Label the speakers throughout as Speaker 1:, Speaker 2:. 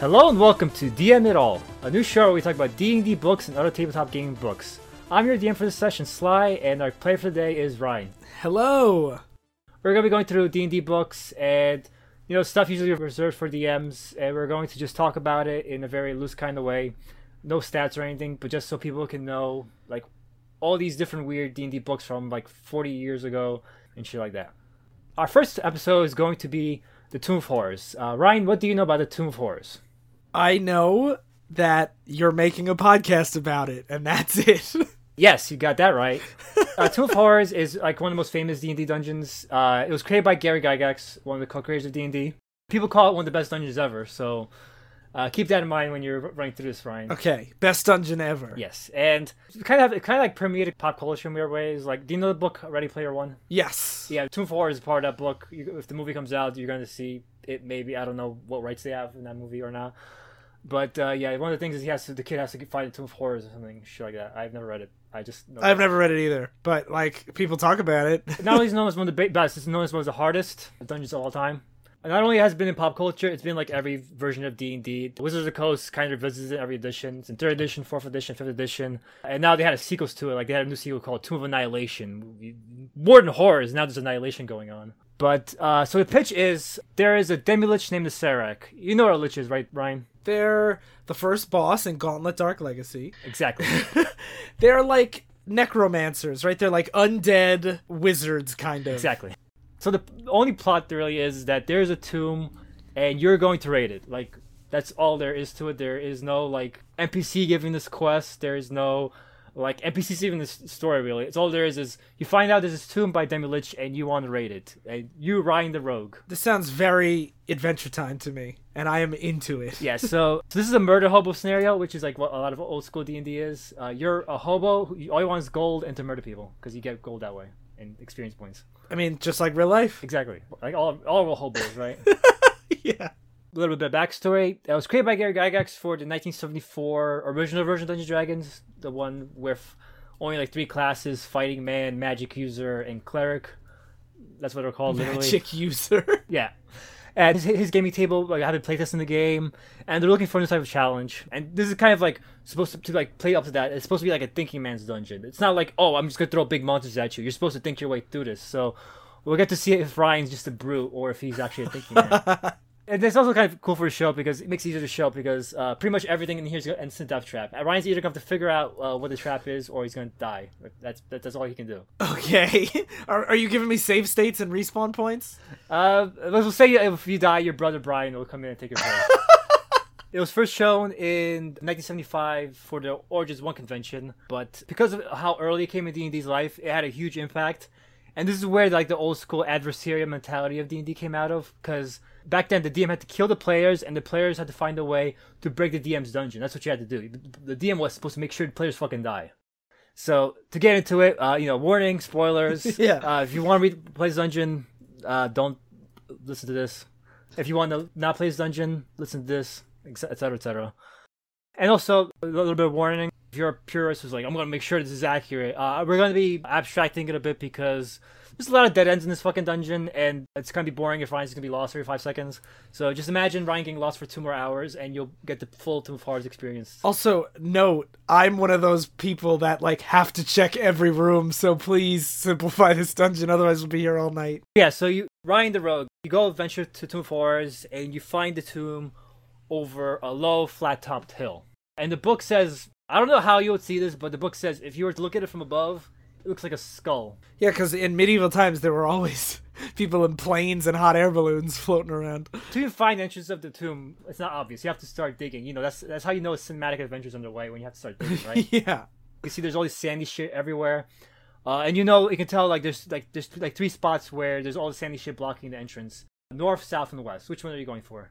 Speaker 1: Hello and welcome to DM It All, a new show where we talk about D&D books and other tabletop gaming books. I'm your DM for this session, Sly, and our player for today is Ryan.
Speaker 2: Hello.
Speaker 1: We're going to be going through D&D books and, you know, stuff usually reserved for DMs, and we're going to just talk about it in a very loose kind of way. No stats or anything, but just so people can know, like, all these different weird D&D books from, like, 40 years ago and shit like that. Our first episode is going to be The Tomb of Horrors. Uh, Ryan, what do you know about The Tomb of Horrors?
Speaker 2: I know that you're making a podcast about it, and that's it.
Speaker 1: Yes, you got that right. uh, Tomb of Horrors is like one of the most famous D and D dungeons. Uh, it was created by Gary Gygax, one of the co-creators of D and D. People call it one of the best dungeons ever. So uh, keep that in mind when you're running through this, Ryan.
Speaker 2: okay, best dungeon ever.
Speaker 1: Yes, and it kind of it kind of like permeated pop culture in weird ways. Like, do you know the book Ready Player One?
Speaker 2: Yes.
Speaker 1: Yeah, Tomb of Horrors is part of that book. You, if the movie comes out, you're going to see it. Maybe I don't know what rights they have in that movie or not. But uh, yeah, one of the things is he has to the kid has to find the Tomb of Horrors or something shit like that. I've never read it. I just know
Speaker 2: I've
Speaker 1: that.
Speaker 2: never read it either, but like people talk about it.
Speaker 1: not only is known as one of the ba- best, it's known as one of the hardest dungeons of all time. And not only has it been in pop culture, it's been like every version of D and D. Wizards of the Coast kind of revisits it every edition. It's in third edition, fourth edition, fifth edition, and now they had a sequels to it. Like they had a new sequel called Tomb of Annihilation. More than horrors, now there's annihilation going on. But uh, so the pitch is there is a demi-lich named the Serac. You know what a lich is, right, Ryan?
Speaker 2: They're the first boss in Gauntlet Dark Legacy.
Speaker 1: Exactly.
Speaker 2: They're like necromancers, right? They're like undead wizards, kind of.
Speaker 1: Exactly. So the only plot there really is that there's a tomb, and you're going to raid it. Like that's all there is to it. There is no like NPC giving this quest. There is no like NPCs even this story really. It's all there is is you find out there's this tomb by Demilich, and you want to raid it. And you Ryan the rogue.
Speaker 2: This sounds very Adventure Time to me, and I am into it.
Speaker 1: Yeah. So, so this is a murder hobo scenario, which is like what a lot of old school D and D is. Uh, you're a hobo. Who, all you want is gold and to murder people because you get gold that way and experience points.
Speaker 2: I mean, just like real life.
Speaker 1: Exactly. Like all all hobos, right?
Speaker 2: yeah.
Speaker 1: a little bit of backstory. It was created by Gary Gygax for the 1974 original version of Dungeons and Dragons, the one with only like three classes: fighting man, magic user, and cleric. That's what they're called, literally.
Speaker 2: Magic user.
Speaker 1: Yeah. And his, his gaming table, like, having playtest in the game, and they're looking for this type of challenge. And this is kind of like supposed to, to, like play up to that. It's supposed to be like a thinking man's dungeon. It's not like oh, I'm just gonna throw big monsters at you. You're supposed to think your way through this. So we'll get to see if Ryan's just a brute or if he's actually a thinking man. And it's also kind of cool for a show because it makes it easier to show because uh, pretty much everything in here is an instant death trap. And Ryan's either gonna have to figure out uh, what the trap is or he's gonna die. Like, That's that, that's all he can do.
Speaker 2: Okay. Are, are you giving me save states and respawn points?
Speaker 1: Uh, let's say if you die, your brother Brian will come in and take your place. it was first shown in 1975 for the Origins One convention, but because of how early it came in D&D's life, it had a huge impact. And this is where like the old school adversarial mentality of D&D came out of, because back then the DM had to kill the players, and the players had to find a way to break the DM's dungeon. That's what you had to do. The the DM was supposed to make sure the players fucking die. So to get into it, uh, you know, warning, spoilers.
Speaker 2: Yeah.
Speaker 1: Uh, if you want to read, play this dungeon, uh, don't listen to this. If you want to not play this dungeon, listen to this, etc., etc. And also a little bit of warning: if you're a purist who's like, I'm going to make sure this is accurate, uh, we're going to be abstracting it a bit because there's a lot of dead ends in this fucking dungeon, and it's going to be boring if Ryan's going to be lost every five seconds. So just imagine Ryan getting lost for two more hours, and you'll get the full Tomb of Horrors experience.
Speaker 2: Also, note, I'm one of those people that like have to check every room, so please simplify this dungeon, otherwise we'll be here all night.
Speaker 1: Yeah, so you Ryan the Rogue, you go adventure to Tomb of Horrors and you find the tomb over a low, flat topped hill. And the book says I don't know how you would see this, but the book says if you were to look at it from above, it looks like a skull.
Speaker 2: Yeah, because in medieval times there were always people in planes and hot air balloons floating around.
Speaker 1: To even find the entrance of the tomb, it's not obvious. You have to start digging. You know, that's that's how you know cinematic adventures underway when you have to start digging, right?
Speaker 2: yeah.
Speaker 1: you see there's all this sandy shit everywhere uh, and you know you can tell like there's like there's like three spots where there's all the sandy shit blocking the entrance north south and west which one are you going for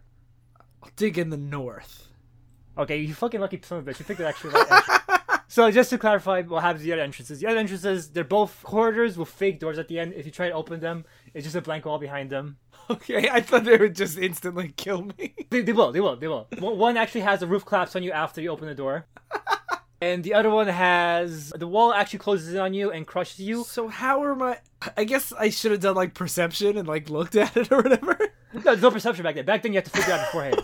Speaker 2: I'll dig in the north.
Speaker 1: okay you fucking lucky son of a bitch you picked the actually right entrance. so just to clarify what happens to the other entrances the other entrances they're both corridors with fake doors at the end if you try to open them it's just a blank wall behind them
Speaker 2: Okay, I thought they would just instantly kill me.
Speaker 1: They, they will. They will. They will. One one actually has the roof collapse on you after you open the door, and the other one has the wall actually closes in on you and crushes you.
Speaker 2: So how are my I guess I should have done like perception and like looked at it or whatever.
Speaker 1: No, there's no perception back then. Back then, you have to figure out beforehand.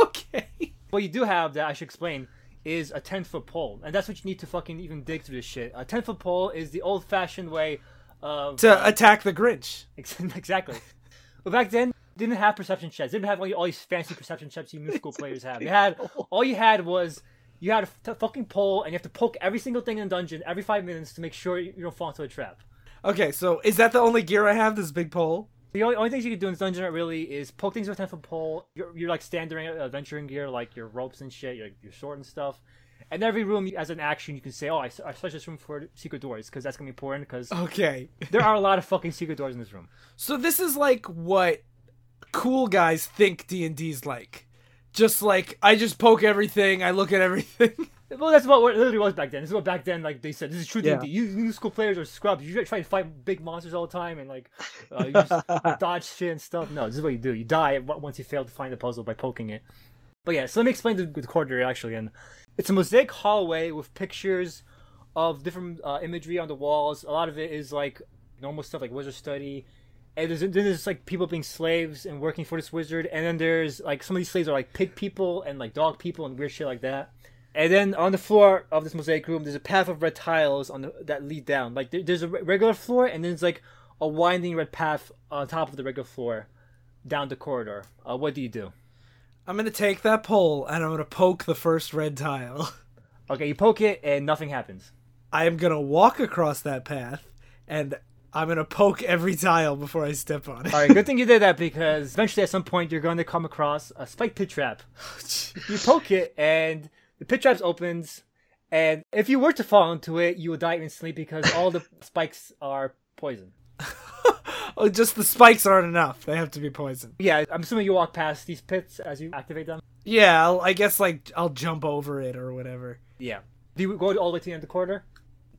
Speaker 2: okay.
Speaker 1: What you do have that I should explain is a 10 foot pole. And that's what you need to fucking even dig through this shit. A 10 foot pole is the old fashioned way of.
Speaker 2: to attack the Grinch.
Speaker 1: exactly. But back then, they didn't have perception checks. They didn't have all, all these fancy perception checks you new school players have. You had all you had was you had a f- fucking pole, and you have to poke every single thing in the dungeon every five minutes to make sure you don't fall into a trap.
Speaker 2: Okay, so is that the only gear I have? This big pole?
Speaker 1: The only, only things you can do in this dungeon really is poke things with a 10 foot pole, your, your like standard adventuring gear, like your ropes and shit, your, your sword and stuff. And every room, you- as an action, you can say, oh, I, s- I searched this room for secret doors, because that's going to be important, because
Speaker 2: Okay.
Speaker 1: there are a lot of fucking secret doors in this room.
Speaker 2: So this is like what cool guys think D and D's like. Just like I just poke everything, I look at everything.
Speaker 1: Well, that's about what it literally was back then. This is what back then, like they said, this is true.
Speaker 2: Yeah.
Speaker 1: D&D. You new school players are scrubs. You try to fight big monsters all the time and like uh, you just dodge shit and stuff. No, this is what you do. You die w- once you fail to find the puzzle by poking it. But yeah, so let me explain the, the corridor actually. And it's a mosaic hallway with pictures of different uh, imagery on the walls. A lot of it is like normal stuff, like wizard study. And there's, then there's like people being slaves and working for this wizard. And then there's like some of these slaves are like pig people and like dog people and weird shit like that. And then on the floor of this mosaic room, there's a path of red tiles on the, that lead down. Like there, there's a re- regular floor, and then it's like a winding red path on top of the regular floor down the corridor. Uh, what do you do?
Speaker 2: I'm gonna take that pole and I'm gonna poke the first red tile.
Speaker 1: Okay, you poke it, and nothing happens.
Speaker 2: I am gonna walk across that path and I'm gonna poke every tile before I step on it.
Speaker 1: All right, good thing you did that because eventually, at some point, you're going to come across a spike pit trap. You poke it, and the pit trap opens. And if you were to fall into it, you would die instantly because all the spikes are poison.
Speaker 2: oh, just the spikes aren't enough. They have to be poison.
Speaker 1: Yeah, I'm assuming you walk past these pits as you activate them.
Speaker 2: Yeah, I'll, I guess like I'll jump over it or whatever.
Speaker 1: Yeah. Do you go all the way to the end of the corridor?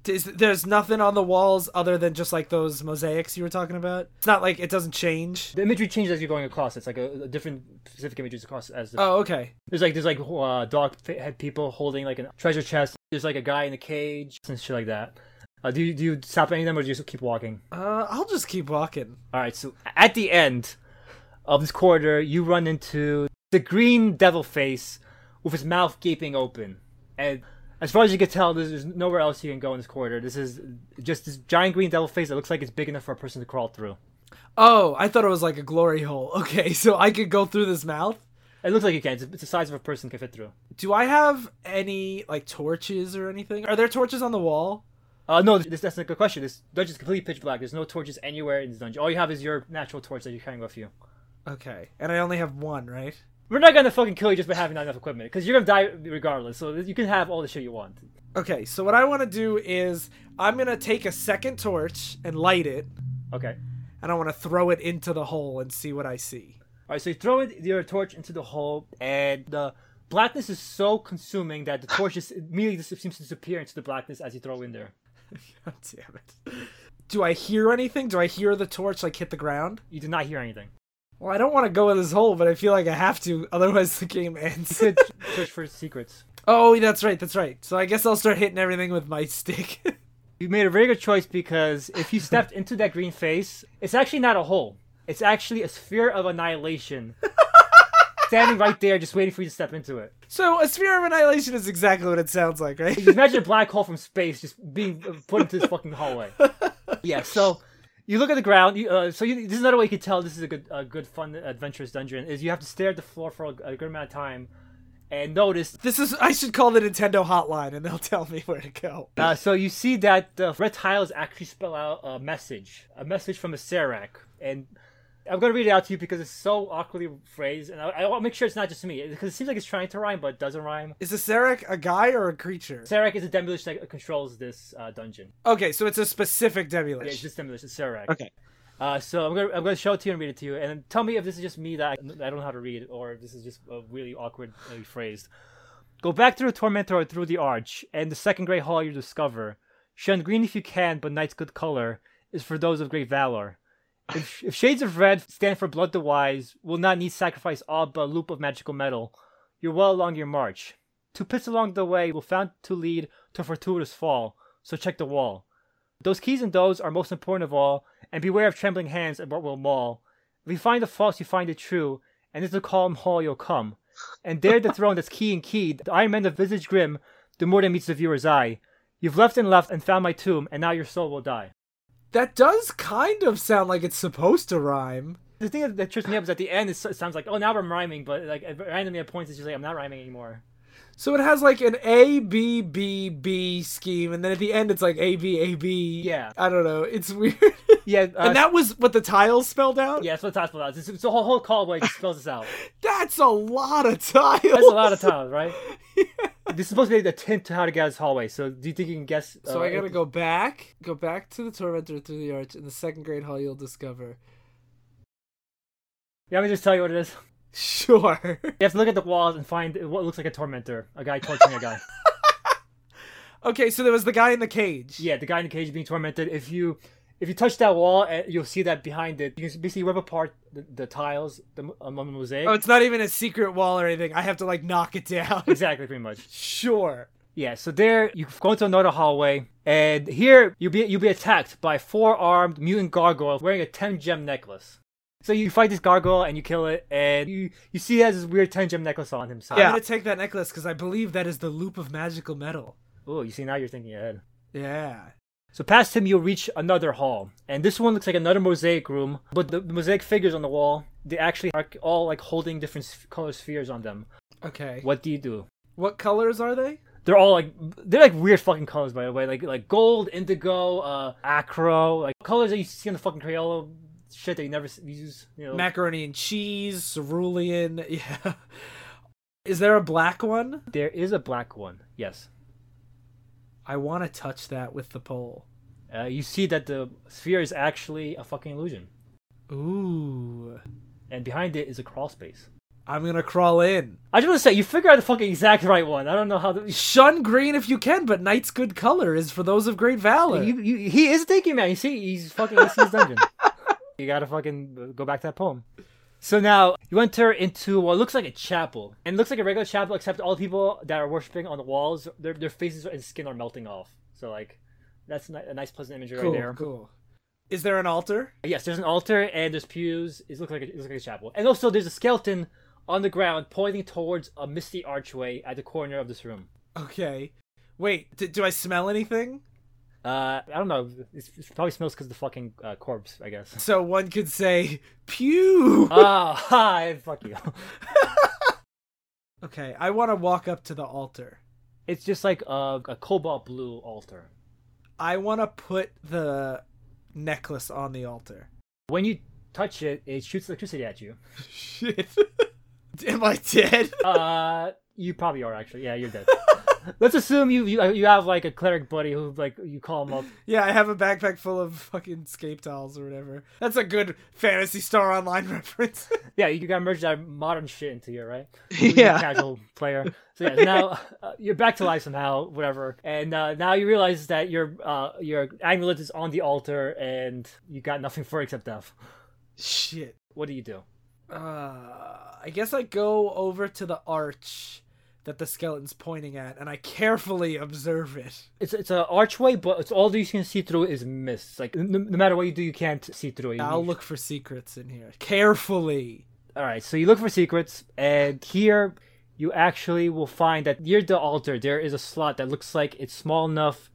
Speaker 2: Is, there's nothing on the walls other than just like those mosaics you were talking about. It's not like it doesn't change.
Speaker 1: The imagery changes as you're going across. It's like a, a different specific images across. As the,
Speaker 2: Oh, okay.
Speaker 1: there's like there's like uh, dog f- head people holding like a treasure chest. There's like a guy in a cage and shit like that. Uh, do you do you stop at any of them or do you just keep walking?
Speaker 2: Uh, I'll just keep walking.
Speaker 1: All right. So at the end of this corridor, you run into the green devil face with his mouth gaping open, and as far as you can tell, there's, there's nowhere else you can go in this corridor. This is just this giant green devil face that looks like it's big enough for a person to crawl through.
Speaker 2: Oh, I thought it was like a glory hole. Okay, so I could go through this mouth.
Speaker 1: It looks like you can. It's, it's the size of a person can fit through.
Speaker 2: Do I have any like torches or anything? Are there torches on the wall?
Speaker 1: Uh, no, this, that's not a good question. This dungeon's completely pitch black. There's no torches anywhere in this dungeon. All you have is your natural torch that you're carrying with you.
Speaker 2: Okay, and I only have one, right?
Speaker 1: We're not gonna fucking kill you just by having not enough equipment, because you're gonna die regardless. So you can have all the shit you want.
Speaker 2: Okay, so what I want to do is I'm gonna take a second torch and light it,
Speaker 1: Okay.
Speaker 2: and I want to throw it into the hole and see what I see.
Speaker 1: All right. So you throw it, your torch into the hole, and the blackness is so consuming that the torch just immediately just seems to disappear into the blackness as you throw in there.
Speaker 2: God damn it. Do I hear anything? Do I hear the torch like hit the ground?
Speaker 1: You did not hear anything.
Speaker 2: Well, I don't want to go in this hole, but I feel like I have to, otherwise the game ends.
Speaker 1: You could search for secrets.
Speaker 2: oh, that's right, that's right. So I guess I'll start hitting everything with my stick.
Speaker 1: You made a very good choice because if you stepped into that green face, it's actually not a hole. It's actually a sphere of annihilation. standing right there, just waiting for you to step into it.
Speaker 2: so a sphere of annihilation is exactly what it sounds like, right?
Speaker 1: Just imagine a black hole from space just being put into this fucking hallway. Yeah, so you look at the ground. You, uh, so you, this is another way you can tell this is a good, a good, fun, adventurous dungeon. Is you have to stare at the floor for a, a good amount of time, and notice
Speaker 2: This is I should call the Nintendo hotline and they'll tell me where to go.
Speaker 1: Uh, so you see that the red tiles actually spell out a message, a message from a Serac, and I'm gonna read it out to you because it's so awkwardly phrased, and I, I want to make sure it's not just me because it seems like it's trying to rhyme but it doesn't rhyme.
Speaker 2: Is a Serek a guy or a creature?
Speaker 1: Serac is a demolish that controls this uh, dungeon.
Speaker 2: Okay, so it's a specific
Speaker 1: Yeah, it's
Speaker 2: demolition.
Speaker 1: just demolish. It's Serac.
Speaker 2: Okay.
Speaker 1: Uh, so I'm gonna I'm gonna show it to you and read it to you, and tell me if this is just me that I, I don't know how to read, or if this is just uh, really awkward uh, phrased. Go back through the tormentor through the arch, and the second great hall you discover. Shun green if you can, but night's good color is for those of great valor. If, if shades of red stand for blood the wise, will not need sacrifice all but a loop of magical metal. You're well along your march. Two pits along the way will found to lead to a fortuitous fall, so check the wall. Those keys and those are most important of all, and beware of trembling hands and what will maul. If you find the false, you find the true, and into the calm hall you'll come. and dare the throne that's key and keyed, the Iron Man of visage grim, do more than meets the viewer's eye. You've left and left and found my tomb, and now your soul will die.
Speaker 2: That does kind of sound like it's supposed to rhyme.
Speaker 1: The thing that, that trips me up is at the end, it so- sounds like, oh, now I'm rhyming, but like at- randomly at points, it's just like, I'm not rhyming anymore.
Speaker 2: So it has like an A B B B scheme, and then at the end it's like A B A B.
Speaker 1: Yeah.
Speaker 2: I don't know. It's weird.
Speaker 1: Yeah, uh,
Speaker 2: and that was what the tiles spelled out.
Speaker 1: yeah, that's what Todd's about. It's, it's a whole, whole callaway just spells this out.
Speaker 2: That's a lot of tiles.
Speaker 1: That's a lot of tiles, right? This is supposed to be the hint to how to get out of this hallway, so do you think you can guess?
Speaker 2: So
Speaker 1: uh,
Speaker 2: I gotta go back, go back to the tormentor through the arch in the second grade hall. You'll discover.
Speaker 1: Yeah, let me just tell you what it is.
Speaker 2: Sure.
Speaker 1: You have to look at the walls and find what looks like a tormentor, a guy torturing a guy.
Speaker 2: okay, so there was the guy in the cage.
Speaker 1: Yeah, the guy in the cage being tormented. If you if you touch that wall, eh, you'll see that behind it. You can basically rip apart the, the tiles the, mo- among the mosaic.
Speaker 2: Oh, it's not even a secret wall or anything. I have to like knock it down.
Speaker 1: Exactly, pretty much.
Speaker 2: sure.
Speaker 1: Yeah. So there, you go into another hallway, and here you'll be you'll be attacked by four armed mutant gargoyles wearing a ten gem necklace. So you fight this gargoyle and you kill it, and you you see he has this weird ten gem necklace on himself.
Speaker 2: I'm gonna take that necklace because I believe that is the loop of magical metal.
Speaker 1: Oh, you see now you're thinking ahead.
Speaker 2: Yeah.
Speaker 1: So past him, you'll reach another hall, and this one looks like another mosaic room. But the, the mosaic figures on the wall, they actually are all like holding different sph- color spheres on them.
Speaker 2: Okay.
Speaker 1: What do you do?
Speaker 2: What colors are they?
Speaker 1: They're all like they're like weird fucking colors, by the way, like like gold, indigo, uh, acro, like colors that you see on the fucking Crayola shit that you never s- use. You know,
Speaker 2: Macaroni and cheese, cerulean. Yeah. Is there a black one?
Speaker 1: there is a black one. Yes,
Speaker 2: I want to touch that with the pole.
Speaker 1: uh, you see that the sphere is actually a fucking illusion,
Speaker 2: Ooh.
Speaker 1: and behind it is a crawl space.
Speaker 2: I'm gonna crawl in.
Speaker 1: I just want to say you figure out the fucking exact right one. I don't know how. The-
Speaker 2: Shun green if you can, but knight's good color is for those of great valor.
Speaker 1: You, you, he is thinking, man. You see, he's fucking he's his dungeon. you gotta fucking go back to that poem. So now you enter into what looks like a chapel, and it looks like a regular chapel, except all the people that are worshiping on the walls, their their faces and skin are melting off. So like, that's ni- a nice, pleasant image
Speaker 2: cool,
Speaker 1: right there.
Speaker 2: cool. Is there an altar?
Speaker 1: Yes, there's an altar and there's pews. It looks like a, it looks like a chapel, and also there's a skeleton on the ground pointing towards a misty archway at the corner of this room.
Speaker 2: Okay. Wait, d- do I smell anything?
Speaker 1: Uh, I don't know. It's, it probably smells because the fucking uh, corpse, I guess.
Speaker 2: So one could say, pew!
Speaker 1: oh, hi, fuck you.
Speaker 2: okay, I want to walk up to the altar.
Speaker 1: It's just like a, a cobalt blue altar.
Speaker 2: I want to put the necklace on the altar.
Speaker 1: When you touch it, it shoots electricity at you.
Speaker 2: Shit. Am I dead?
Speaker 1: Uh, you probably are actually. Yeah, you're dead. Let's assume you, you you have like a cleric buddy who like you call him up.
Speaker 2: yeah, I have a backpack full of fucking scape tiles or whatever. That's a good Fantasy Star Online reference.
Speaker 1: Yeah, you gotta merge that modern shit into you, right? You're a
Speaker 2: yeah.
Speaker 1: casual player. So yeah, now uh, you're back to life somehow, whatever. And uh, now you realize that your uh your amulet is on the altar, and you got nothing for it except death.
Speaker 2: Shit.
Speaker 1: What do you do?
Speaker 2: Uh, I guess I go over to the arch that the skeleton's pointing at, and I carefully observe it.
Speaker 1: It's it's an archway, but it's all that you can see through is mist. Like no, no matter what you do, you can't see through. it.
Speaker 2: I'll look for secrets in here. Carefully.
Speaker 1: All right, so you look for secrets, and here you actually will find that near the altar there is a slot that looks like it's small enough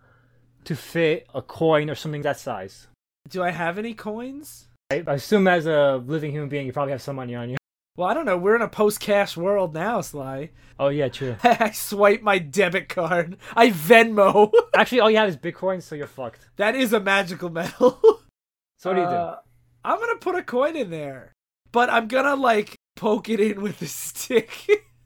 Speaker 1: to fit a coin or something that size.
Speaker 2: Do I have any coins?
Speaker 1: I, I assume as a living human being, you probably have some money on you.
Speaker 2: Well, I don't know. We're in a post-cash world now, Sly.
Speaker 1: Oh yeah, true.
Speaker 2: I swipe my debit card. I Venmo.
Speaker 1: Actually, all you have is Bitcoin, so you're fucked.
Speaker 2: that is a magical metal.
Speaker 1: So what do you do?
Speaker 2: Uh, I'm gonna put a coin in there, but I'm gonna like poke it in with a stick.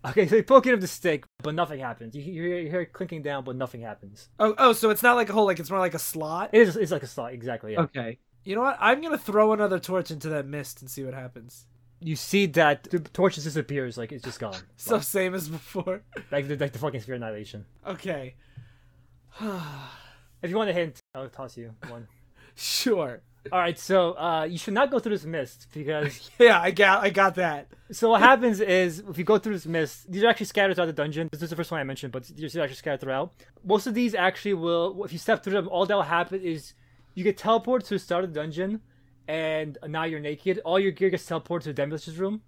Speaker 1: Okay, so you poke it with the stick, but nothing happens. You, you, hear, you hear it clinking down, but nothing happens.
Speaker 2: oh, oh, so it's not like a hole. Like it's more like a slot.
Speaker 1: It is, it's like a slot, exactly. Yeah.
Speaker 2: Okay. You know what? I'm gonna throw another torch into that mist and see what happens.
Speaker 1: you see that the torch just disappears, like it's just gone.
Speaker 2: So same as before.
Speaker 1: like, the, like the fucking sphere annihilation.
Speaker 2: Okay.
Speaker 1: If you want a hint, I'll toss you one.
Speaker 2: sure.
Speaker 1: All right, so uh, you should not go through this mist because.
Speaker 2: Yeah, I got I got that.
Speaker 1: So what happens is if you go through this mist, these are actually scattered throughout the dungeon. This is the first one I mentioned, but these are actually scattered throughout. Most of these actually will, if you step through them, all that will happen is you get teleported to the start of the dungeon, and now you're naked. All your gear gets teleported to the Demolish's room.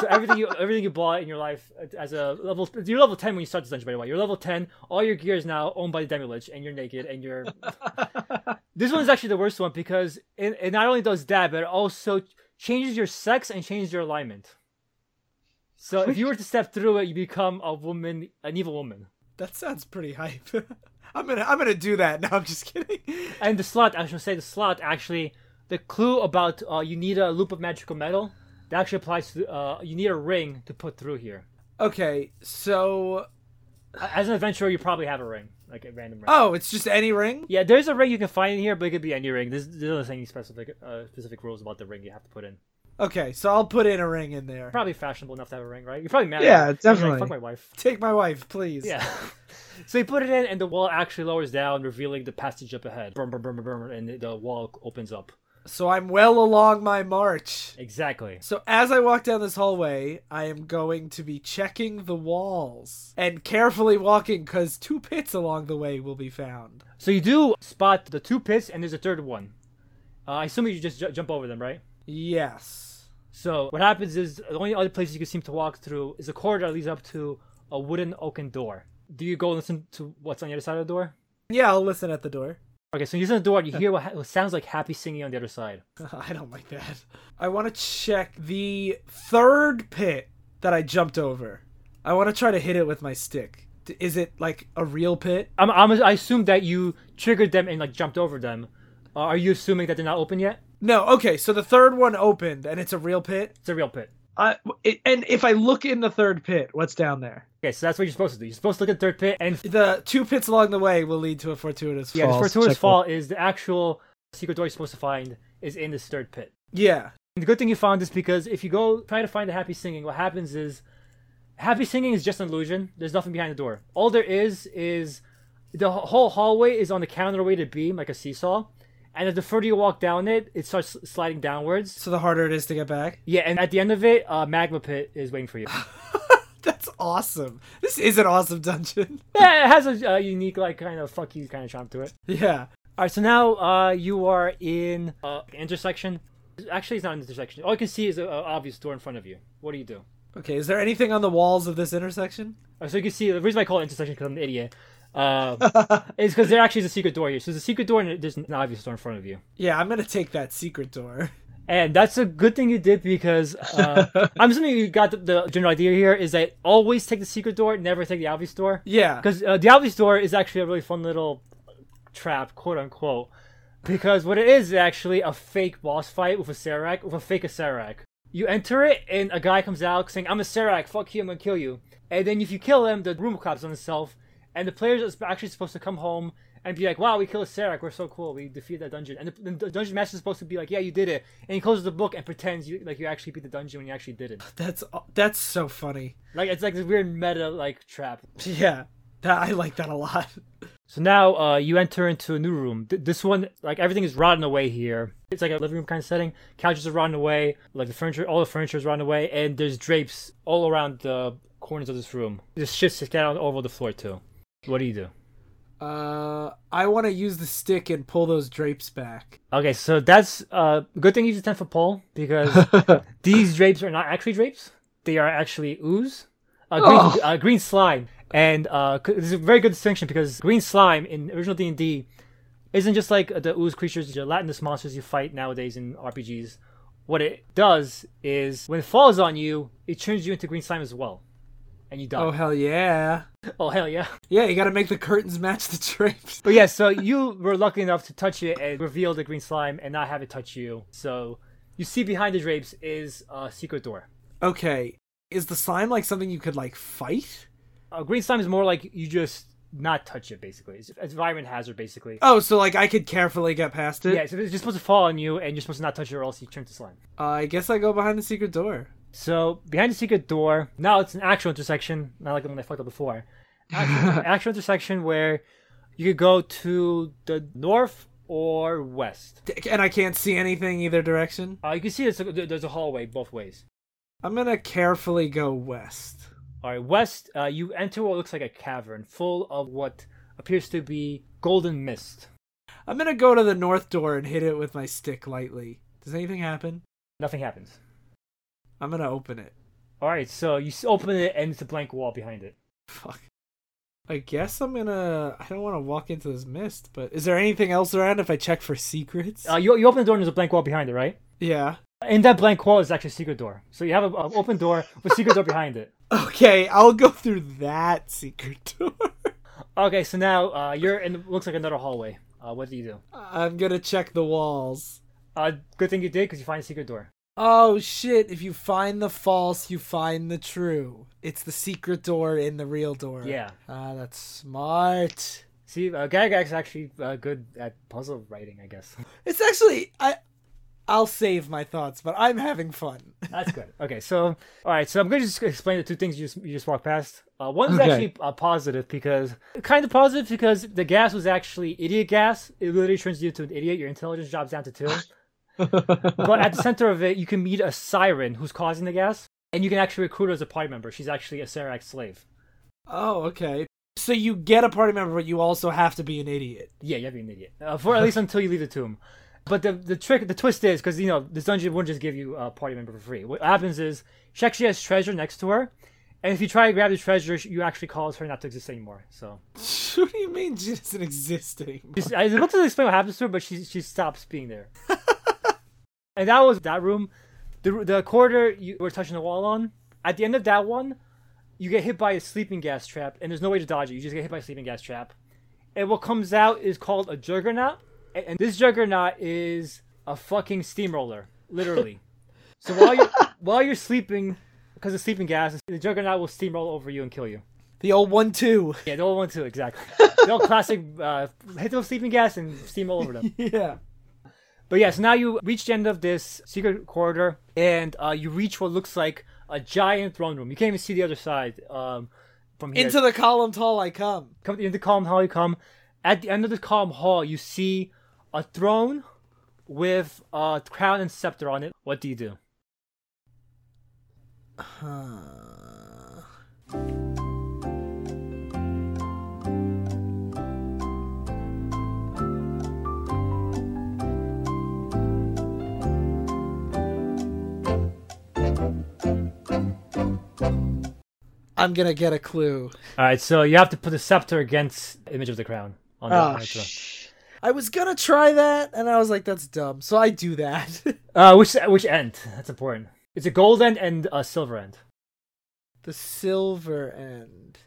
Speaker 1: so everything you everything you bought in your life as a level you're level ten when you start this dungeon by the way. You're level ten. All your gear is now owned by the Demilich, and you're naked, and you're. this one's actually the worst one because it, it not only does that, but it also changes your sex and changes your alignment. So if you were to step through it, you become a woman, an evil woman.
Speaker 2: That sounds pretty hype. I'm gonna I'm gonna do that. No, I'm just kidding.
Speaker 1: And the slot, I should say, the slot actually, the clue about uh, you need a loop of magical metal that actually applies to uh, you need a ring to put through here.
Speaker 2: Okay, so
Speaker 1: As an adventurer, you probably have a ring, like a random ring.
Speaker 2: oh, it's just any ring.
Speaker 1: Yeah, there's a ring you can find in here, but it could be any ring. There's, there doesn't say any specific uh, specific rules about the ring you have to put in.
Speaker 2: Okay, so I'll put in a ring in there.
Speaker 1: Probably fashionable enough to have a ring, right? You're probably married.
Speaker 3: Yeah,
Speaker 1: You're like,
Speaker 3: definitely.
Speaker 1: Fuck my wife.
Speaker 2: Take my wife, please.
Speaker 1: Yeah. so you put it in, and the wall actually lowers down, revealing the passage up ahead. Brum, brum, brum, brum, brum, and the wall opens up.
Speaker 2: So I'm well along my march.
Speaker 1: Exactly.
Speaker 2: So as I walk down this hallway, I am going to be checking the walls and carefully walking cuz two pits along the way will be found.
Speaker 1: So you do spot the two pits, and there's a third one. Uh, I assume you just ju- jump over them, right?
Speaker 2: Yes.
Speaker 1: So what happens is the only other place you can seem to walk through is a corridor that leads up to a wooden oaken door. Do you go listen to what's on the other side of the door?
Speaker 2: Yeah, I'll listen at the door.
Speaker 1: Okay, so you listen to the door, and you hear what, ha- what sounds like happy singing on the other side.
Speaker 2: I don't like that. I want to check the third pit that I jumped over. I want to try to hit it with my stick. D- Is it like a real pit?
Speaker 1: I'm, I'm, I assume that you triggered them and like jumped over them. Uh, are you assuming that they're not open yet?
Speaker 2: No, okay, so the third one opened and it's a real pit.
Speaker 1: It's a real pit.
Speaker 3: I, it, and if I look in the third pit, what's down there?
Speaker 1: Okay, so that's what you're supposed to do. You're supposed to look at the third pit, and
Speaker 2: The two pits along the way will lead to a fortuitous
Speaker 1: yeah,
Speaker 2: fall.
Speaker 1: the
Speaker 3: False,
Speaker 1: fortuitous
Speaker 3: check
Speaker 1: fall is the actual secret door you're supposed to find is in this third pit.
Speaker 2: Yeah.
Speaker 1: And the good thing you found is because if you go try to find the happy singing, what happens is happy singing is just an illusion. There's nothing behind the door. All there is is the wh- whole hallway is on the counterweighted beam like a seesaw, and if the further you walk down it, it starts s- sliding downwards.
Speaker 2: So the harder it is to get back.
Speaker 1: Yeah, and at the end of it, uh, magma pit is waiting for you.
Speaker 2: That's awesome. This is an awesome dungeon.
Speaker 1: yeah, it has a uh, unique like kind of fuck you kind of charm to it.
Speaker 2: Yeah.
Speaker 1: All right, so now uh, you are in uh, intersection. Actually, it's not an intersection. All you can see is an obvious door in front of you. What do you do?
Speaker 2: Okay, is there anything on the walls of this intersection?
Speaker 1: Uh, So you can see the reason I call it intersection because I'm an idiot. Um, is because there actually is a secret door here. So there's a secret door and there's an obvious door in front of you.
Speaker 2: Yeah, I'm going to take that secret door.
Speaker 1: And that's a good thing you did because uh, I'm assuming you got the, the general idea here is that always take the secret door, never take the obvious door.
Speaker 2: Yeah.
Speaker 1: Because uh, the obvious door is actually a really fun little trap, quote unquote. Because what it is is actually a fake boss fight with a Serac, with a fake Serac. You enter it, and a guy comes out saying, I'm a Serac, fuck you, I'm gonna kill you. And then if you kill him, the room collapses on itself, and the players are actually supposed to come home and be like, wow, we killed a Serac, we're so cool, we defeated that dungeon. And the, the dungeon master is supposed to be like, yeah, you did it. And he closes the book and pretends you like you actually beat the dungeon when you actually didn't.
Speaker 2: That's that's so funny.
Speaker 1: Like, it's like this weird meta, like, trap.
Speaker 2: Yeah. That, I like that a lot.
Speaker 1: So now uh, you enter into a new room. Th- this one, like everything is rotten away here. It's like a living room kind of setting. Couches are rotten away. Like the furniture, all the furniture is rotten away, and there's drapes all around the corners of this room. This shit's scattered all over the floor too. What do you do?
Speaker 2: Uh, I want to use the stick and pull those drapes back.
Speaker 1: Okay, so that's uh, good thing you use a ten foot pole because these drapes are not actually drapes. They are actually ooze, uh, green,
Speaker 3: Oh.
Speaker 1: uh, green slime, and uh, c- this is a very good distinction because green slime in original D and D isn't just like the ooze creatures, the gelatinous monsters you fight nowadays in RPGs. What it does is when it falls on you, it turns you into green slime as well, and you die.
Speaker 2: Oh
Speaker 1: Oh,
Speaker 2: hell yeah!
Speaker 1: hell yeah!
Speaker 2: Yeah, you got to make the curtains match the drapes.
Speaker 1: But yeah, so you were lucky enough to touch it and reveal the green slime and not have it touch you. So you see behind the drapes is a secret door.
Speaker 2: Okay, is the slime like something you could like fight?
Speaker 1: Uh, green slime is more like you just not touch it, basically. It's, it's environment hazard, basically.
Speaker 2: Oh, so like I could carefully get past it.
Speaker 1: yeah, so it's just supposed to fall on you, and you're supposed to not touch it, or else you turn to slime.
Speaker 2: Uh, I guess I go behind the secret door.
Speaker 1: So behind the secret door, now it's an actual intersection, not like the one I fucked up before. Actual, actual intersection where you could go to the north or west.
Speaker 2: D- And I can't see anything either direction.
Speaker 1: Uh, you can see it's a, there's a hallway both ways.
Speaker 2: I'm gonna carefully go west.
Speaker 1: All right, west. Uh, you enter what looks like a cavern full of what appears to be golden mist.
Speaker 2: I'm gonna go to the north door and hit it with my stick lightly. Does anything happen?
Speaker 1: Nothing happens.
Speaker 2: I'm gonna open it.
Speaker 1: All right, so you s- open it and it's a blank wall behind it.
Speaker 2: Fuck. I guess I'm gonna. I don't want to walk into this mist, but is there anything else around if I check for secrets?
Speaker 1: Uh, you you open the door and there's a blank wall behind it, right?
Speaker 2: yeah.
Speaker 1: In that blank wall is actually a secret door. So you have an open door with secret door behind it.
Speaker 2: Okay, I'll go through that secret door.
Speaker 1: Okay, so now uh, you're in looks like another hallway. Uh, what do you do?
Speaker 2: I'm gonna check the walls.
Speaker 1: Uh, good thing you did because you find a secret door.
Speaker 2: Oh shit, if you find the false, you find the true. It's the secret door in the real door.
Speaker 1: Yeah.
Speaker 2: Ah, that's smart.
Speaker 1: See, uh, Gygax actually uh, good at puzzle writing, I guess.
Speaker 2: It's actually I I'll save my thoughts, but I'm having fun.
Speaker 1: That's good. Okay, so all right, so I'm going to just explain the two things you just, you just walked past. Uh, one is
Speaker 3: Okay.
Speaker 1: actually uh, positive because kind of positive because the gas was actually idiot gas. It literally turns you into an idiot. Your intelligence drops down to two. but at the center of it, you can meet a siren who's causing the gas, and you can actually recruit her as a party member. She's actually a Sarac slave.
Speaker 2: Oh, okay. So you get a party member, but you also have to be an idiot.
Speaker 1: Yeah, you have to be an idiot uh, for at least until you leave the tomb. But the the trick, the twist is because you know this dungeon wouldn't just give you a party member for free. What happens is she actually has treasure next to her, and if you try to grab the treasure, sh- you actually cause her not to exist anymore. So
Speaker 2: what do you mean she doesn't exist anymore?
Speaker 1: she's, I about to explain what happens to her, but she she stops being there. and that was that room, the the corridor you were touching the wall on. At the end of that one, you get hit by a sleeping gas trap, and there's no way to dodge it. You just get hit by a sleeping gas trap. and what comes out is called a juggernaut and, and this juggernaut is a fucking steamroller literally so while you're while you're sleeping because of sleeping gas the juggernaut will steamroll over you and kill you
Speaker 2: The old one too.
Speaker 1: yeah they'll want to exactly they'll classic uh, hit them with sleeping gas and steamroll over them
Speaker 2: Yeah.
Speaker 1: but yeah, so now you reach the end of this secret corridor, and uh, you reach what looks like a giant throne room. You can't even see the other side um, from here.
Speaker 2: Into the column tall I come.
Speaker 1: come into column hall. You come at the end of the column hall. You see a throne with a crown and scepter on it. What do you do?
Speaker 2: Huh. I'm gonna get a clue.
Speaker 1: All right, so you have to put the scepter against the image of the crown on the, on
Speaker 2: Oh,
Speaker 1: the throne.
Speaker 2: sh- I was gonna try that, and I was like, "That's dumb." So I do that.
Speaker 1: Uh, which which end? That's important. It's a gold end and a silver end.
Speaker 2: the silver end.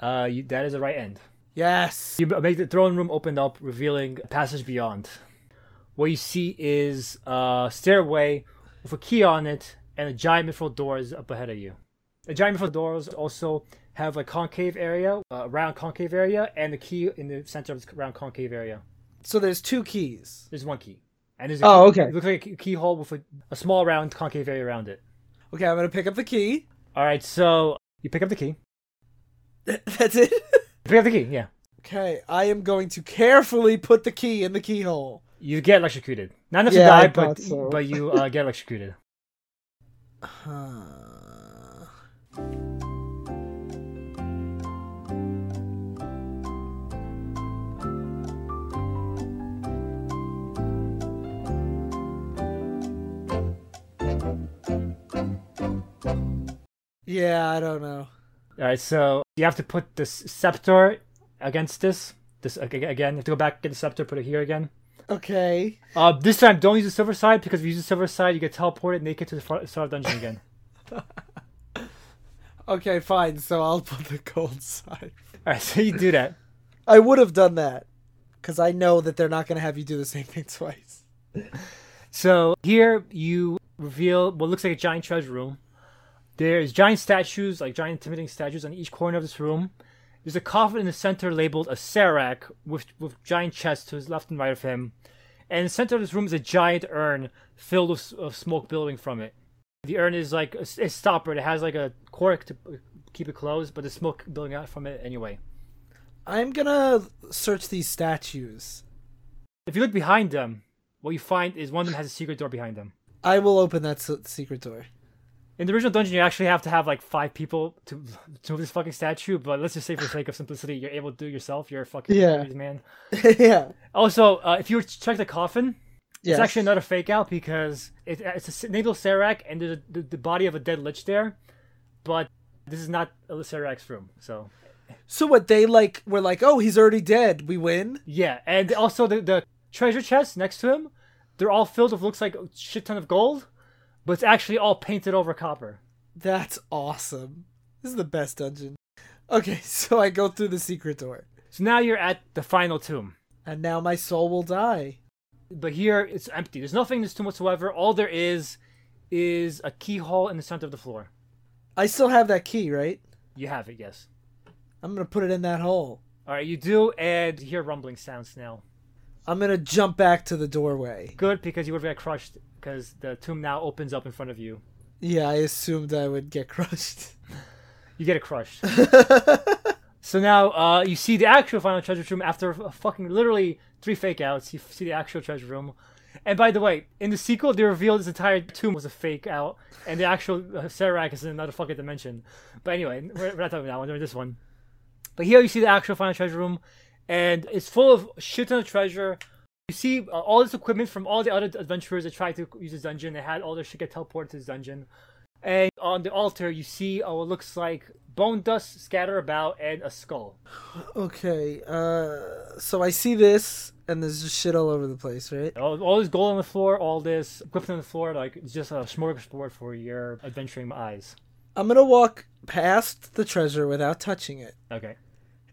Speaker 1: Uh, you, that is the right end.
Speaker 2: Yes.
Speaker 1: You make the throne room open up, revealing a passage beyond. What you see is a stairway with a key on it and a giant mithril doors up ahead of you. The giant mithril doors also have a concave area, a round concave area, and a key in the center of this round concave area.
Speaker 2: So there's two keys.
Speaker 1: There's one key. And there's a
Speaker 3: Oh, okay.
Speaker 1: It looks like a key- keyhole with a, a small round concave area around it.
Speaker 2: Okay, I'm gonna pick up the key.
Speaker 1: All right, so you pick up the key.
Speaker 2: That's it.
Speaker 1: You pick up the key, yeah.
Speaker 2: okay, I am going to carefully put the key in the keyhole.
Speaker 1: You get electrocuted. Not enough to
Speaker 3: Yeah, I
Speaker 1: die,
Speaker 3: thought
Speaker 1: but,
Speaker 3: so.
Speaker 1: but you uh, get electrocuted.
Speaker 2: Huh. Yeah, I don't know.
Speaker 1: All right, so you have to put this scepter against this. This ag- again, you have to go back get the scepter, put it here again.
Speaker 2: Okay.
Speaker 1: Uh, this time, don't use the silver side because if you use the silver side, you get teleported naked to the far- start of the dungeon again.
Speaker 2: Okay, fine. So I'll put the gold side.
Speaker 1: All right, so you do that.
Speaker 2: I would have done that because I know that they're not going to have you do the same thing twice.
Speaker 1: So here you reveal what looks like a giant treasure room. There's giant statues, like giant intimidating statues, on each corner of this room. There's a coffin in the center labeled a Serac with with giant chests to his left and right of him. And in the center of this room is a giant urn filled with, s- of smoke billowing from it. The urn is like a, s- a stopper. It has like a cork to uh, keep it closed, but the smoke billowing out from it anyway.
Speaker 2: I'm going to search these statues.
Speaker 1: If you look behind them, what you find is one of them has a secret door behind them.
Speaker 2: I will open that se- secret door.
Speaker 1: In the original dungeon, you actually have to have like five people to to move this fucking statue. But let's just say, for the sake of simplicity, you're able to do it yourself. You're a fucking
Speaker 2: Yeah.
Speaker 1: crazy man.
Speaker 2: yeah.
Speaker 1: Also, uh, if you were to check the coffin, It's actually another fake out because it, it's a natal Serac and there's a, the, the body of a dead lich there, but this is not a Serac's room. So
Speaker 2: So what they like were like, oh, he's already dead. We win.
Speaker 1: yeah, and also the, the treasure chests next to him, they're all filled with looks like a shit ton of gold, but it's actually all painted over copper.
Speaker 2: That's awesome. This is the best dungeon. Okay, so I go through the secret door,
Speaker 1: So now you're at the final tomb.
Speaker 2: and now my soul will die.
Speaker 1: but here it's empty. There's nothing in this tomb whatsoever. All there is is a keyhole in the center of the floor.
Speaker 2: I still have that key, right?
Speaker 1: You have it, yes.
Speaker 2: I'm gonna put it in that hole.
Speaker 1: All right, you do, and you hear rumbling sounds now.
Speaker 2: I'm gonna jump back to the doorway.
Speaker 1: Good because you would have got crushed because the tomb now opens up in front of you.
Speaker 2: Yeah, I assumed I would get crushed.
Speaker 1: You get it crushed. so now uh, you see the actual final treasure room after a fucking literally three fake outs. You see the actual treasure room. And by the way, in the sequel, they revealed this entire tomb was a fake out, and the actual uh, Serac is in another fucking dimension. But anyway, we're, we're not talking about that one. We're this one. But here you see the actual final treasure room, and it's full of shit ton of treasure. You see uh, all this equipment from all the other adventurers that tried to use this dungeon. They had all their shit get teleported to this dungeon. And on the altar, you see uh, what looks like bone dust scatter about and a skull.
Speaker 2: okay, uh, so I see this, and there's just shit all over the place, right?
Speaker 1: All, all this gold on the floor, all this equipment on the floor, like it's just a smorgasbord for your adventuring eyes.
Speaker 2: I'm gonna walk past the treasure without touching it,
Speaker 1: Okay.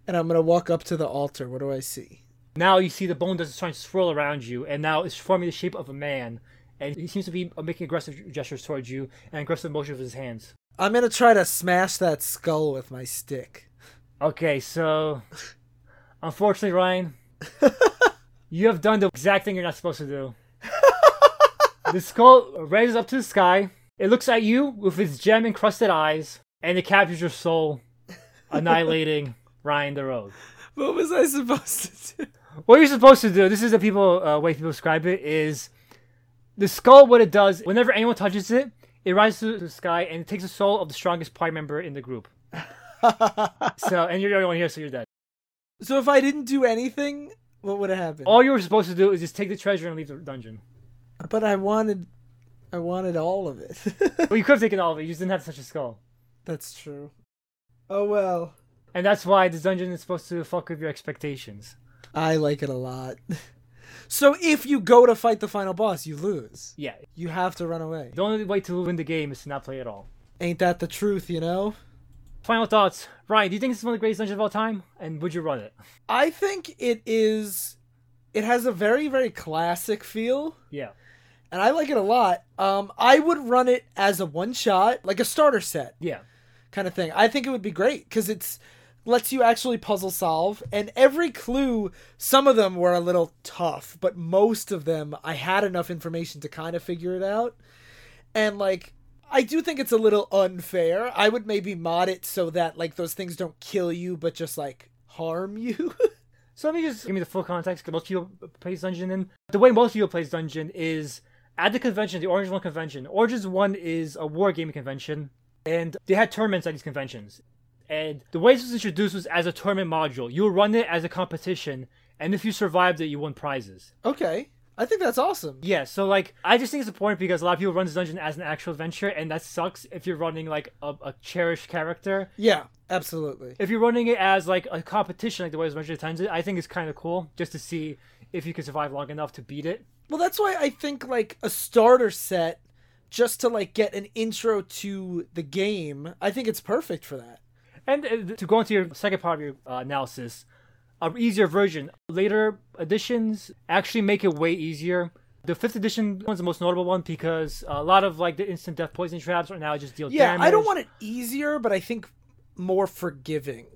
Speaker 2: and I'm gonna walk up to the altar. What do I see?
Speaker 1: Now you see the bone dust is trying to swirl around you, and now it's forming the shape of a man. And he seems to be making aggressive gestures towards you and aggressive motions with his hands.
Speaker 2: I'm gonna try to smash that skull with my stick.
Speaker 1: Okay, so unfortunately, Ryan, you have done the exact thing you're not supposed to do. the skull raises up to the sky. It looks at you with its gem encrusted eyes, and it captures your soul, annihilating Ryan the Rogue.
Speaker 2: What was I supposed to do?
Speaker 1: What you're supposed to do, this is the people uh, way people describe it, is the skull. What it does, whenever anyone touches it, it rises to the sky and it takes the soul of the strongest party member in the group. so, and you're the only one here, so you're dead.
Speaker 2: So if I didn't do anything, what would have happened?
Speaker 1: All you were supposed to do is just take the treasure and leave the dungeon.
Speaker 2: But I wanted, I wanted all of it.
Speaker 1: Well, you could have taken all of it. You just didn't have such a skull.
Speaker 2: That's true. Oh well,
Speaker 1: And that's why this dungeon is supposed to fuck with your expectations.
Speaker 2: I like it a lot. So if you go to fight the final boss, you lose.
Speaker 1: Yeah.
Speaker 2: You have to run away.
Speaker 1: The only way to win the game is to not play at all.
Speaker 2: Ain't that the truth, you know?
Speaker 1: Final thoughts. Ryan, do you think this is one of the greatest dungeons of all time? And would you run it?
Speaker 2: I think it is. It has a very, very classic feel,
Speaker 1: Yeah.
Speaker 2: and I like it a lot. Um, I would run it as a one shot, like a starter set.
Speaker 1: Yeah.
Speaker 2: kind of thing. I think it would be great because it's lets you actually puzzle solve and every clue some of them were a little tough but most of them i had enough information to kind of figure it out and like i do think it's a little unfair i would maybe mod it so that like those things don't kill you but just like harm you
Speaker 1: So let me just give me the full context. 'cause Most people play this dungeon, and the way most people play this dungeon is at the convention, the Orange One convention. Orange One is a wargaming convention, and they had tournaments at these conventions. And the way this was introduced was as a tournament module. You would run it as a competition, and if you survived it, you won prizes.
Speaker 2: okay i think that's awesome
Speaker 1: Yeah, so like I just think it's important because a lot of people run this dungeon as an actual adventure, and that sucks if you're running like a, a cherished character.
Speaker 2: yeah absolutely
Speaker 1: If you're running it as like a competition, like the way it's measured times it, I think it's kind of cool just to see if you can survive long enough to beat it.
Speaker 2: Well, that's why I think like a starter set just to like get an intro to the game. I think it's perfect for that.
Speaker 1: And uh, to go into your second part of your uh, analysis, an easier version. Later editions actually make it way easier. The fifth edition one's the most notable one because a lot of like the instant death poison traps are now just deal
Speaker 2: Yeah,
Speaker 1: damage.
Speaker 2: I don't want it easier, but I think more forgiving.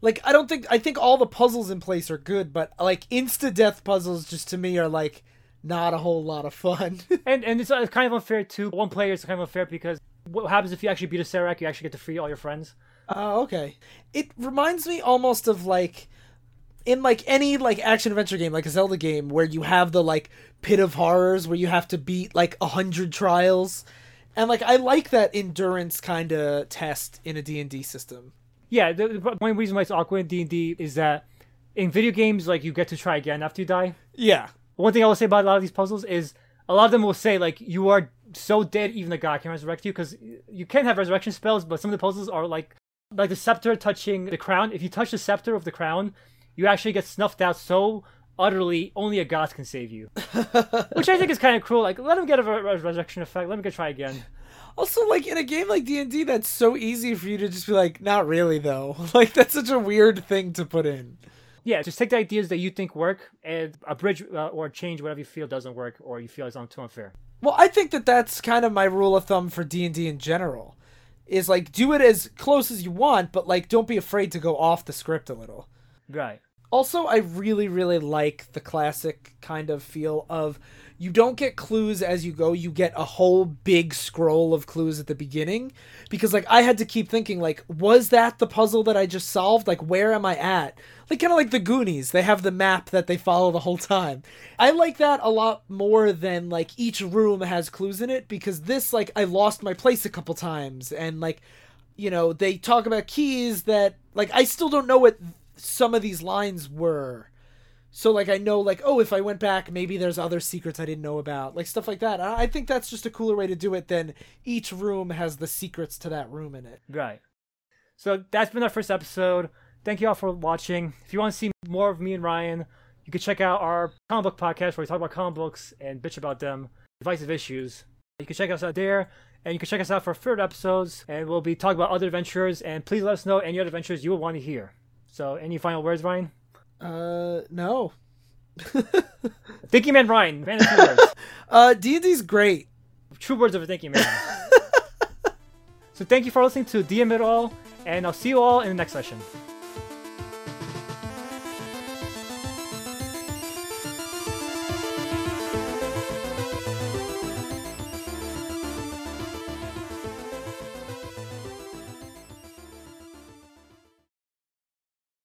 Speaker 2: Like I don't think I think all the puzzles in place are good, but like insta death puzzles just to me are like not a whole lot of fun.
Speaker 1: And and it's, uh, it's kind of unfair too. One player is kind of unfair because what happens if you actually beat a Serac? You actually get to free all your friends.
Speaker 2: Oh, okay. It reminds me almost of like in like any like action adventure game, like a Zelda game, where you have the like pit of horrors where you have to beat like a hundred trials. And like I like that endurance kind of test in a D and D system.
Speaker 1: Yeah, the, the one reason why it's awkward in D and D is that in video games, like you get to try again after you die.
Speaker 2: Yeah,
Speaker 1: One thing I will say about a lot of these puzzles is a lot of them will say like you are so dead even the god can resurrect you because you can have resurrection spells, but some of the puzzles are like like the scepter touching the crown. If you touch the scepter of the crown, you actually get snuffed out so utterly only a god can save you, which I think is kind of cruel. Like let him get a re- res- resurrection effect. Let him get try again.
Speaker 2: Also, like in a game like D and D, that's so easy for you to just be like, "Not really, though." Like that's such a weird thing to put in.
Speaker 1: Yeah, just take the ideas that you think work and abridge uh, or change whatever you feel doesn't work or you feel is un- too unfair.
Speaker 2: Well, I think that that's kind of my rule of thumb for D and D in general, is like do it as close as you want, but like don't be afraid to go off the script a little.
Speaker 1: Right.
Speaker 2: Also, I really, really like the classic kind of feel of you don't get clues as you go. You get a whole big scroll of clues at the beginning because, like, I had to keep thinking, like, was that the puzzle that I just solved? Like, where am I at? Like, kind of like the Goonies. They have the map that they follow the whole time. I like that a lot more than, like, each room has clues in it because this, like, I lost my place a couple times and, like, you know, they talk about keys that, like, I still don't know what some of these lines were. So like I know like oh if I went back maybe there's other secrets I didn't know about like stuff like that. I I think that's just a cooler way to do it than each room has the secrets to that room in it.
Speaker 1: Right. So that's been our first episode. Thank you all for watching. If you want to see more of me and Ryan, you can check out our comic book podcast where we talk about comic books and bitch about them, divisive issues. You can check us out there, and you can check us out for further episodes, and we'll be talking about other adventures. And please let us know any other adventures you would want to hear. So, any final words, Ryan?
Speaker 2: Uh no.
Speaker 1: Thinking Man Ryan, man of few words.
Speaker 2: Uh D&D's great.
Speaker 1: True words of a thinking man. so, thank you for listening to DM It All, and I'll see you all in the next session.